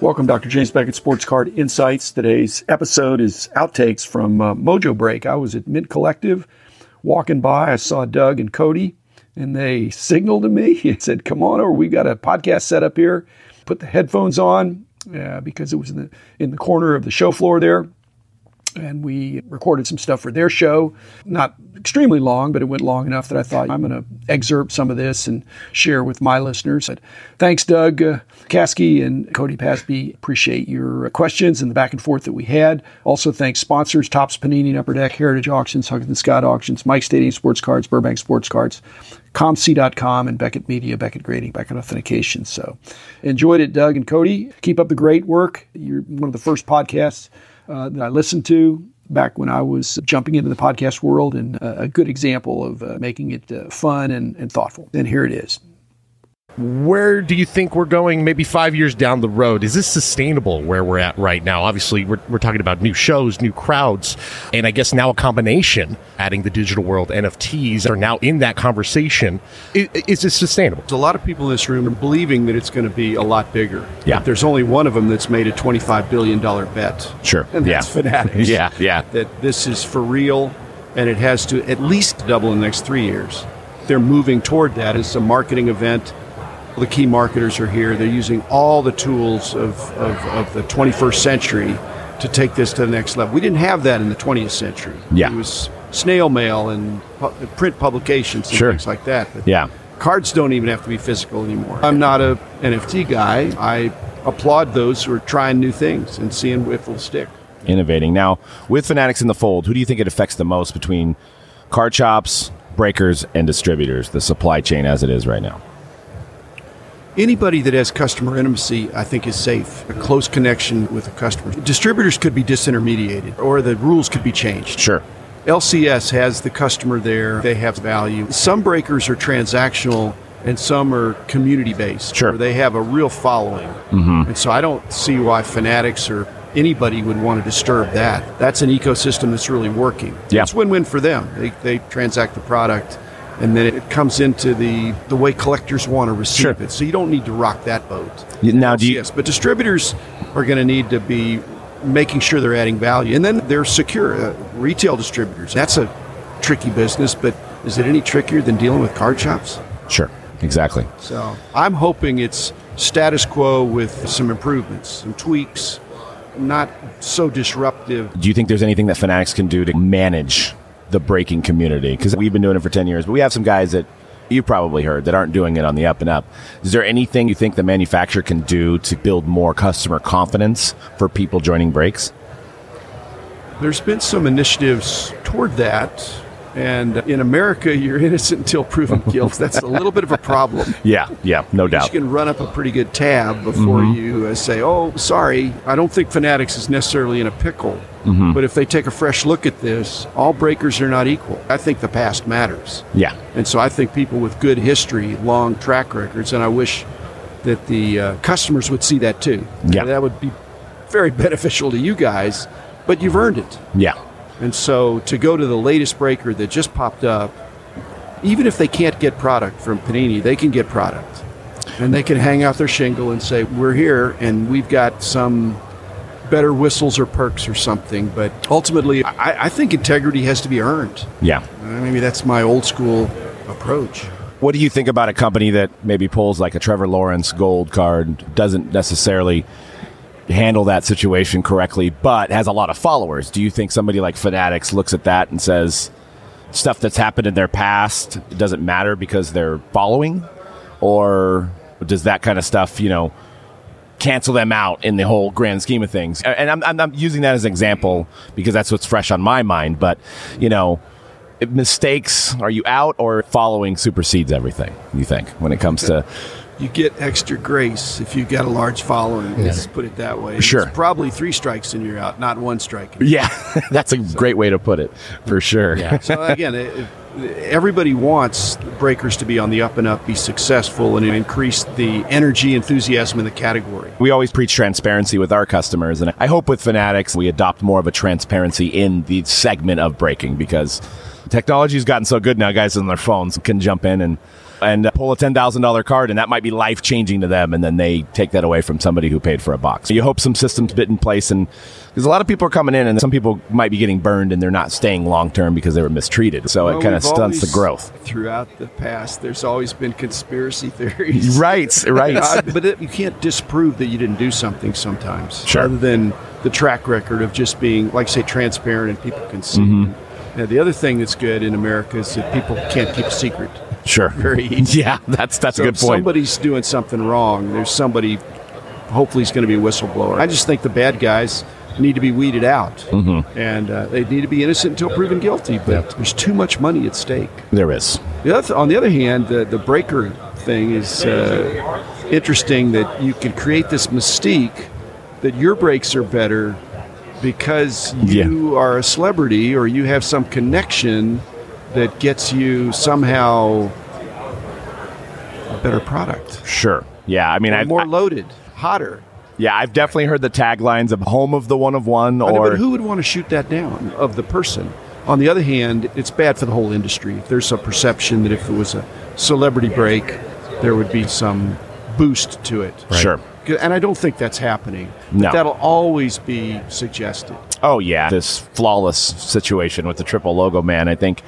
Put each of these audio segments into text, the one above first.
Welcome, Dr. James Beckett, Sports Card Insights. Today's episode is outtakes from uh, Mojo Break. I was at Mid Collective walking by. I saw Doug and Cody, and they signaled to me and said, Come on over. We've got a podcast set up here. Put the headphones on uh, because it was in the, in the corner of the show floor there. And we recorded some stuff for their show. Not extremely long, but it went long enough that I thought I'm going to excerpt some of this and share with my listeners. But thanks, Doug uh, Kasky and Cody Pasby. Appreciate your uh, questions and the back and forth that we had. Also, thanks sponsors Tops Panini, and Upper Deck, Heritage Auctions, Huggins and Scott Auctions, Mike Stadium Sports Cards, Burbank Sports Cards, ComC.com, and Beckett Media, Beckett Grading, Beckett Authentication. So enjoyed it, Doug and Cody. Keep up the great work. You're one of the first podcasts uh, that I listened to back when I was jumping into the podcast world, and uh, a good example of uh, making it uh, fun and, and thoughtful. And here it is. Where do you think we're going maybe five years down the road? Is this sustainable where we're at right now? Obviously, we're, we're talking about new shows, new crowds, and I guess now a combination, adding the digital world, NFTs are now in that conversation. Is, is this sustainable? There's a lot of people in this room are believing that it's going to be a lot bigger. Yeah. But there's only one of them that's made a $25 billion bet. Sure. And that's Yeah. Fanatics. Yeah, yeah. That this is for real and it has to at least double in the next three years. They're moving toward that. It's a marketing event. The key marketers are here. They're using all the tools of, of, of the 21st century to take this to the next level. We didn't have that in the 20th century. Yeah. It was snail mail and pu- print publications and Sure. things like that. But Yeah. Cards don't even have to be physical anymore. I'm not a NFT guy. I applaud those who are trying new things and seeing if they'll stick. innovating. Now, with Fanatics in the fold, who do you think it affects the most between card shops, breakers, and distributors, the supply chain as it is right now? Anybody that has customer intimacy, I think, is safe. A close connection with the customer. Distributors could be disintermediated, or the rules could be changed. Sure. LCS has the customer there, they have value. Some breakers are transactional and some are community based. Sure. Where they have a real following. Mm-hmm. And so I don't see why fanatics or anybody would want to disturb that. That's an ecosystem that's really working. Yeah. It's win win for them. They, they transact the product and then it comes into the, the way collectors want to receive Sure. it. So you don't need to rock that boat. Y- now, do you- Yes, but distributors are going to need to be making sure they're adding value, and then they're secure. Uh, retail distributors, that's a tricky business, but is it any trickier than dealing with card shops? Sure. Exactly. So I'm hoping it's status quo with some improvements, some tweaks, not so disruptive. Do you think there's anything that Fanatics can do to manage the breaking community? Because we've been doing it for 10 years, but we have some guys that you've probably heard that aren't doing it on the up and up. Is there anything you think the manufacturer can do to build more customer confidence for people joining breaks? There's been some initiatives toward that. And in America, you're innocent until proven guilty. That's a little bit of a problem. Yeah. Yeah. No doubt. You can run up a pretty good tab before Mm-hmm. you uh, say, "Oh, sorry, I don't think Fanatics is necessarily in a pickle." Mm-hmm. But if they take a fresh look at this, all breakers are not equal. I think the past matters, Yeah. and so I think people with good history, long track records, and I wish that the uh, customers would see that too. Yeah. that would be very beneficial to you guys. But you've earned it. Yeah. And so to go to the latest breaker that just popped up, even if they can't get product from Panini, they can get product. And they can hang out their shingle and say, We're here and we've got some better whistles or perks or something. But ultimately, I, I think integrity has to be earned. Yeah. Uh, Maybe that's my old school approach. What do you think about a company that maybe pulls like a Trevor Lawrence gold card, doesn't necessarily handle that situation correctly, but has a lot of followers? Do you think somebody like Fanatics looks at that and says stuff that's happened in their past doesn't matter because they're following? Or does that kind of stuff, you know, cancel them out in the whole grand scheme of things? A- And I'm, I'm, I'm using that as an example because that's what's fresh on my mind, but, you know, mistakes are you out or following supersedes everything you think when it comes to You get extra grace if you've got a large following. Let's put it that way. Sure. It's probably three strikes and you're out, not one strike. yeah that's a great way to put it for sure yeah so again, it, it- everybody wants breakers to be on the up and up, be successful, and increase the energy, enthusiasm in the category. we always preach transparency with our customers and i hope with fanatics we adopt more of a transparency in the segment of breaking because technology's gotten so good now guys on their phones can jump in and and uh, pull a $10,000 card, and that might be life changing to them. And then they take that away from somebody who paid for a box. So you hope some systems bit in place. And because a lot of people are coming in, and some people might be getting burned and they're not staying long term because they were mistreated. So Well, it kind of we've stunts always- the growth. Throughout the past, there's always been conspiracy theories. Right, right. Uh, but it, you can't disprove that you didn't do something sometimes. Sure. Other than the track record of just being, like, say, transparent and people can see. Mm-hmm. Now, the other thing that's good in America is that people can't keep a secret. sure. Very easy. Yeah, that's that's So a good if point. somebody's doing something wrong, there's somebody, hopefully, is going to be a whistleblower. I just think the bad guys need to be weeded out. Mm-hmm. And uh, they need to be innocent until proven guilty. But there's too much money at stake. there is. The other, on the other hand, the, the breaker thing is uh, interesting that you can create this mystique that your breaks are better because you are a celebrity or you have some connection that gets you somehow a better product, Sure. Yeah, I mean, I've, more I- loaded, hotter. yeah, I've definitely heard the taglines of "home of the one of one" I know, or but who would want to shoot that down of the person? On the other hand, it's bad for the whole industry. If there's a perception that if it was a celebrity break, there would be some boost to it. sure. And I don't think that's happening. But No. That'll always be suggested. Oh yeah, this flawless situation with the triple logo man. I think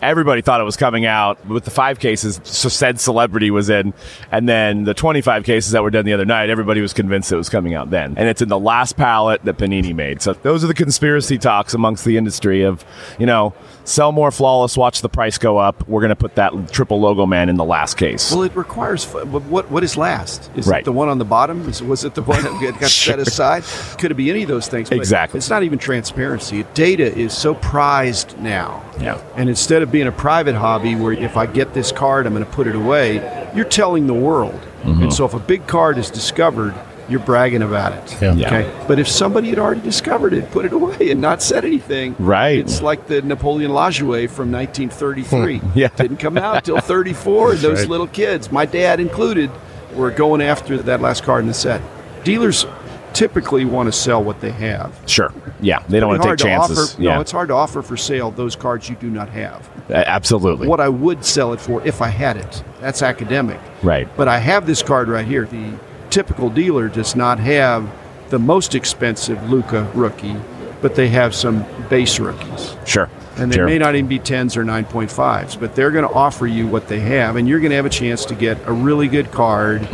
everybody thought it was coming out with the five cases. So said celebrity was in, and then the twenty-five cases that were done the other night. Everybody was convinced it was coming out then, and it's in the last palette that Panini made. So those are the conspiracy talks amongst the industry of you know sell more flawless, watch the price go up. We're going to put that triple logo man in the last case. Well, it requires. f- but What what is last? Is Right. it the one on the bottom? Is, was it the one that got set aside? Could it be any of those things? but Exactly. It's not even transparency. Data is so prized now. Yeah. And instead of being a private hobby where if I get this card, I'm going to put it away, you're telling the world. Mm-hmm. And so if a big card is discovered, you're bragging about it. Yeah. Yeah. Okay. But if somebody had already discovered it, put it away, and not said anything, Right. It's like the Napoleon Lajoie from 1933. Hmm, Yeah. Didn't come out till 34. and those right. little kids, my dad included, were going after that last card in the set. Dealers typically want to sell what they have. Sure. Yeah, they don't want to take Hard to offer- chances. No, yeah, it's hard to offer for sale those cards you do not have. A- absolutely. What I would sell it for if I had it. That's academic. Right. But I have this card right here. The typical dealer does not have the most expensive Luca rookie, but they have some base rookies. Sure. And they sure. may not even be 10s or 9.5s, but they're going to offer you what they have, and you're going to have a chance to get a really good card.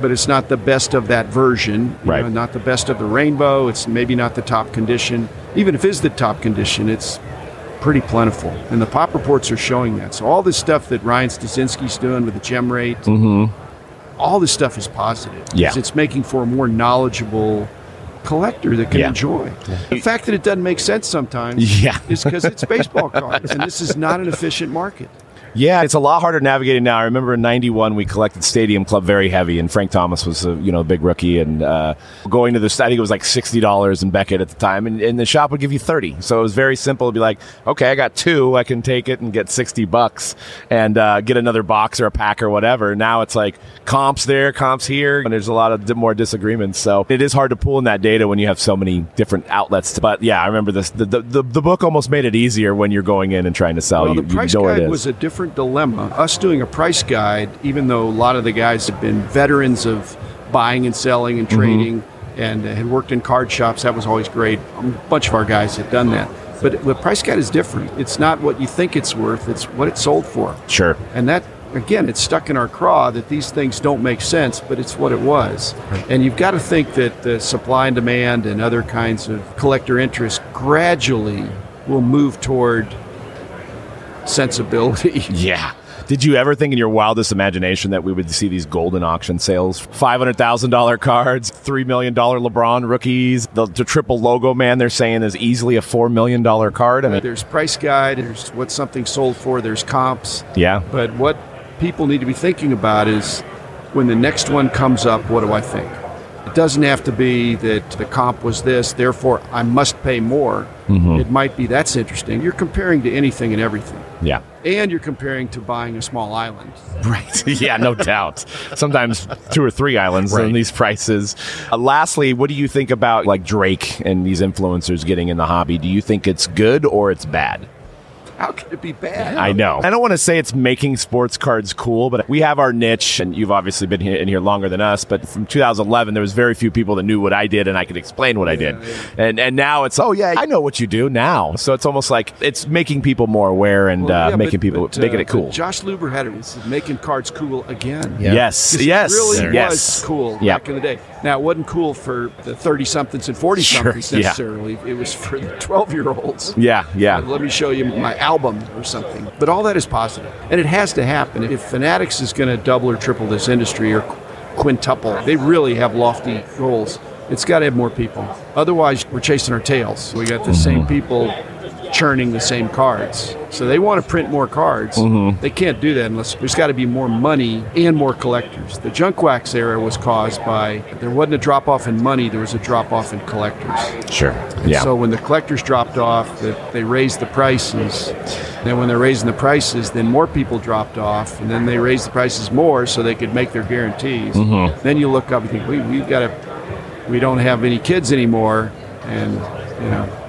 But it's not the best of that version, you Mm-hmm. Right. know, not the best of the rainbow. It's maybe not the top condition. Even if it's the top condition, it's pretty plentiful. And the pop reports are showing that. So all this stuff that Ryan Stasinski's doing with the gem rate, all this stuff is positive. Mm-hmm. Yeah. 'cause It's making for a more knowledgeable collector that can Yeah. enjoy. The fact that it doesn't make sense sometimes Yeah. is because it's baseball cards, and this is not an efficient market. Yeah, it's a lot harder navigating now. I remember in '91 we collected Stadium Club very heavy, and Frank Thomas was a you know a big rookie, and uh, going to the I think it was like sixty dollars in Beckett at the time, and, and the shop would give you thirty. So it was very simple to be like, okay, I got two, I can take it and get sixty bucks, and uh, get another box or a pack or whatever. Now it's like comps there, comps here, and there's a lot of di- more disagreements. So it is hard to pull in that data when you have so many different outlets. To, but yeah, I remember this. The, the, the, the book almost made it easier when you're going in and trying to sell. Well, Oh, you, the price you know where it guide is. was a different dilemma. Us doing a price guide, even though a lot of the guys had been veterans of buying and selling Mm-hmm. and trading and had worked in card shops, that was always great. A bunch of our guys had done that. But the price guide is different. It's not what you think it's worth, it's what it's sold for. Sure. And that, again, it's stuck in our craw that these things don't make sense, but it's what it was. And you've got to think that the supply and demand and other kinds of collector interest gradually will move toward sensibility. Yeah. Did you ever think in your wildest imagination that we would see these golden auction sales? $500,000 cards, $3 million LeBron rookies, the, the triple logo man they're saying is easily a $4 million card. I mean, There's price guide, there's what something sold for, there's comps. yeah. But what people need to be thinking about is when the next one comes up, what do I think? It doesn't have to be that the comp was this, therefore I must pay more. Mm-hmm. It might be that's interesting. You're comparing to anything and everything. Yeah. And you're comparing to buying a small island. Right. yeah, no doubt. Sometimes two or three islands on Right. these prices. Uh, lastly, what do you think about like Drake and these influencers getting in the hobby? Do you think it's good or it's bad? How can it be bad? I know. I don't want to say it's making sports cards cool, but we have our niche, and you've obviously been here, in here longer than us. But from 2011, there was very few people that knew what I did, and I could explain what I did. And and now it's oh yeah, I know what you do now. So it's almost like it's making people more aware and Well, uh, yeah, but- making people but, uh, making it but cool. Josh Luber had it. He said, making cards cool again. Yeah. Yes, 'Cause yes, It really yes. was cool Yeah. back in the day. Now, it wasn't cool for the 30 somethings and 40 somethings Sure, yeah. necessarily. It was for the 12 year olds. Yeah, yeah. Let me show you my album or something. But all that is positive. And it has to happen. If Fanatics is going to double or triple this industry or quintuple, they really have lofty goals. It's got to have more people. Otherwise, we're chasing our tails. We got the same people churning the same cards. So they want to print more cards. They can't do that unless there's got to be more money and more collectors. The junk wax era was caused by there wasn't a drop off in money, there was a drop off in collectors. Sure. Yeah. So when the collectors dropped off, the, they raised the prices. Then when they're raising the prices, then more people dropped off, and then they raised the prices more so they could make their guarantees. Then you look up and think, we we've got to, we don't have any kids anymore, and you know.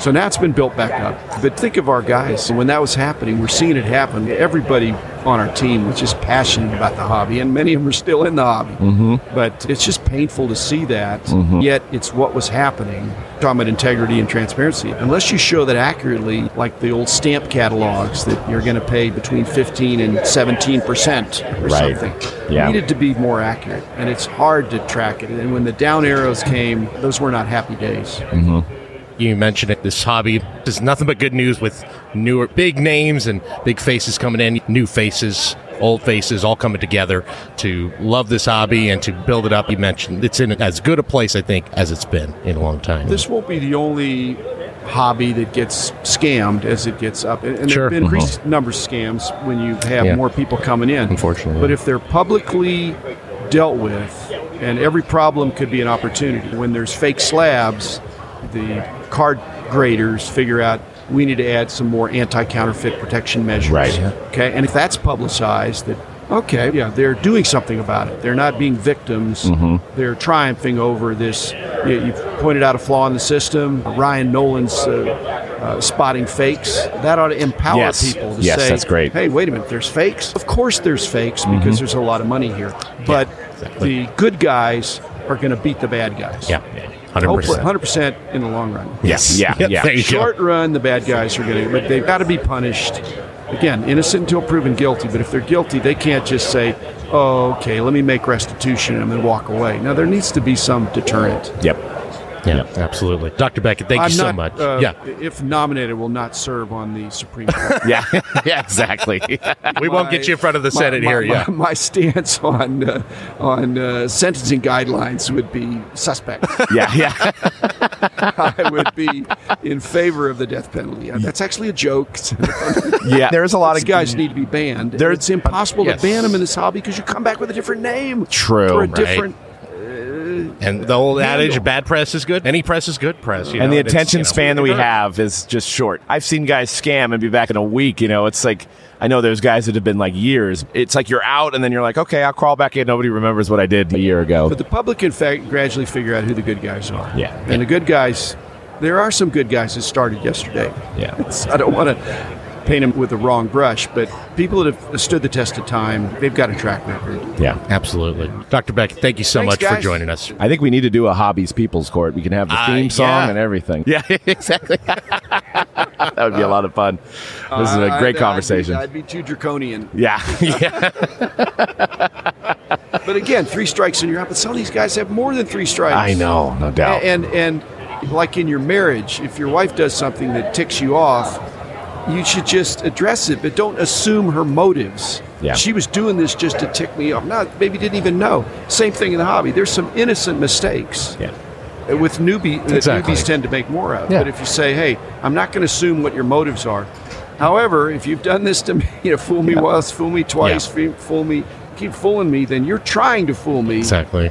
So now it's been built back up. But think of our guys. When that was happening, we're seeing it happen. Everybody on our team was just passionate about the hobby, and many of them are still in the hobby. Mm-hmm. But it's just painful to see that. Yet it's what was happening. Talking about integrity and transparency. Unless you show that accurately, like the old stamp catalogs, that you're going to pay between 15 and 17 percent or Right. something. Yeah. Needed to be more accurate, and it's hard to track it. And when the down arrows came, those were not happy days. you mentioned it. This hobby is nothing but good news with newer big names and big faces coming in, new faces, old faces, all coming together to love this hobby and to build it up. You mentioned it's in as good a place, I think, as it's been in a long time. this won't be the only hobby that gets scammed as it gets up. And, and Sure. there have been increased numbers of scams when you have Yeah. more people coming in. Unfortunately. But if they're publicly dealt with, and every problem could be an opportunity. When there's fake slabs, the card graders figure out we need to add some more anti-counterfeit protection measures. Right. Yeah. Okay, and if that's publicized, that okay, yeah, they're doing something about it. They're not being victims. Mm-hmm. They're triumphing over this. You, you pointed out a flaw in the system. Ryan Nolan's uh, uh, spotting fakes that ought to empower Yes. people to Yes, say, that's great. "Hey, wait a minute, there's fakes. Of course, there's fakes Mm-hmm. because there's a lot of money here. But the good guys are going to beat the bad guys. yeah, hundred Hopefully, percent. 100% in the long run Yes, Yeah, yeah. There you short run, the bad guys are going to, but they've got to be punished. Again, innocent until proven guilty. But if they're guilty, they can't just say, oh, "Okay, let me make restitution and then walk away." Now there needs to be some deterrent. Yep. go. Yeah, absolutely, Doctor Beckett. Thank I'm you so not, much. uh, yeah, If nominated, will not serve on the Supreme Court. Yeah. yeah. Exactly. we won't get you in front of the My- Senate my- here. my, yeah, My, stance on uh, on uh, sentencing guidelines would be suspect. yeah. Yeah. I would be in favor of the death penalty. Uh, That's actually a joke. Yeah. There's a lot These of guys need to be banned. They're- it's impossible yes. to ban them in this hobby because you come back with a different name. Or True, a Oh, right. different. and the old handle. adage, "Bad press is good." Any press is good press. you and know, the it's, attention you know, span that we have is just short. I've seen guys scam and be back in a week. You know, it's like I know there's guys that have been like years. It's like you're out, and then you're like, okay, I'll crawl back in. Nobody remembers what I did a year ago. But the public, in fact, gradually figure out who the good guys are. Yeah. And the good guys, there are some good guys that started yesterday. Yeah, So I don't want to paint them with the wrong brush, but people that have stood the test of time, they've got a track record. yeah. Absolutely, Doctor Beckett. Thank you so Thanks, much for guys. joining us. I think we need to do a hobbies people's court. We can have the Uh, theme song yeah. and everything. Yeah, exactly. that would be a lot of fun. This is a Uh, great I'd- conversation. I'd be, I'd be too draconian. yeah, yeah, But again, three strikes and you're out. But some of these guys have more than three strikes. I know, no doubt. And and like in your marriage, if your wife does something that ticks you off, you should just address it, but don't assume her motives. Yeah. She was doing this just to tick me off. No, maybe didn't even know. Same thing in the hobby. There's some innocent mistakes yeah, uh, with newbie that Exactly. newbies tend to make more of. Yeah. But if you say, "Hey, I'm not going to assume what your motives are," however, if you've done this to me, you know, fool me once, fool me twice, Yeah. fe- fool me, keep fooling me, then you're trying to fool me. Exactly.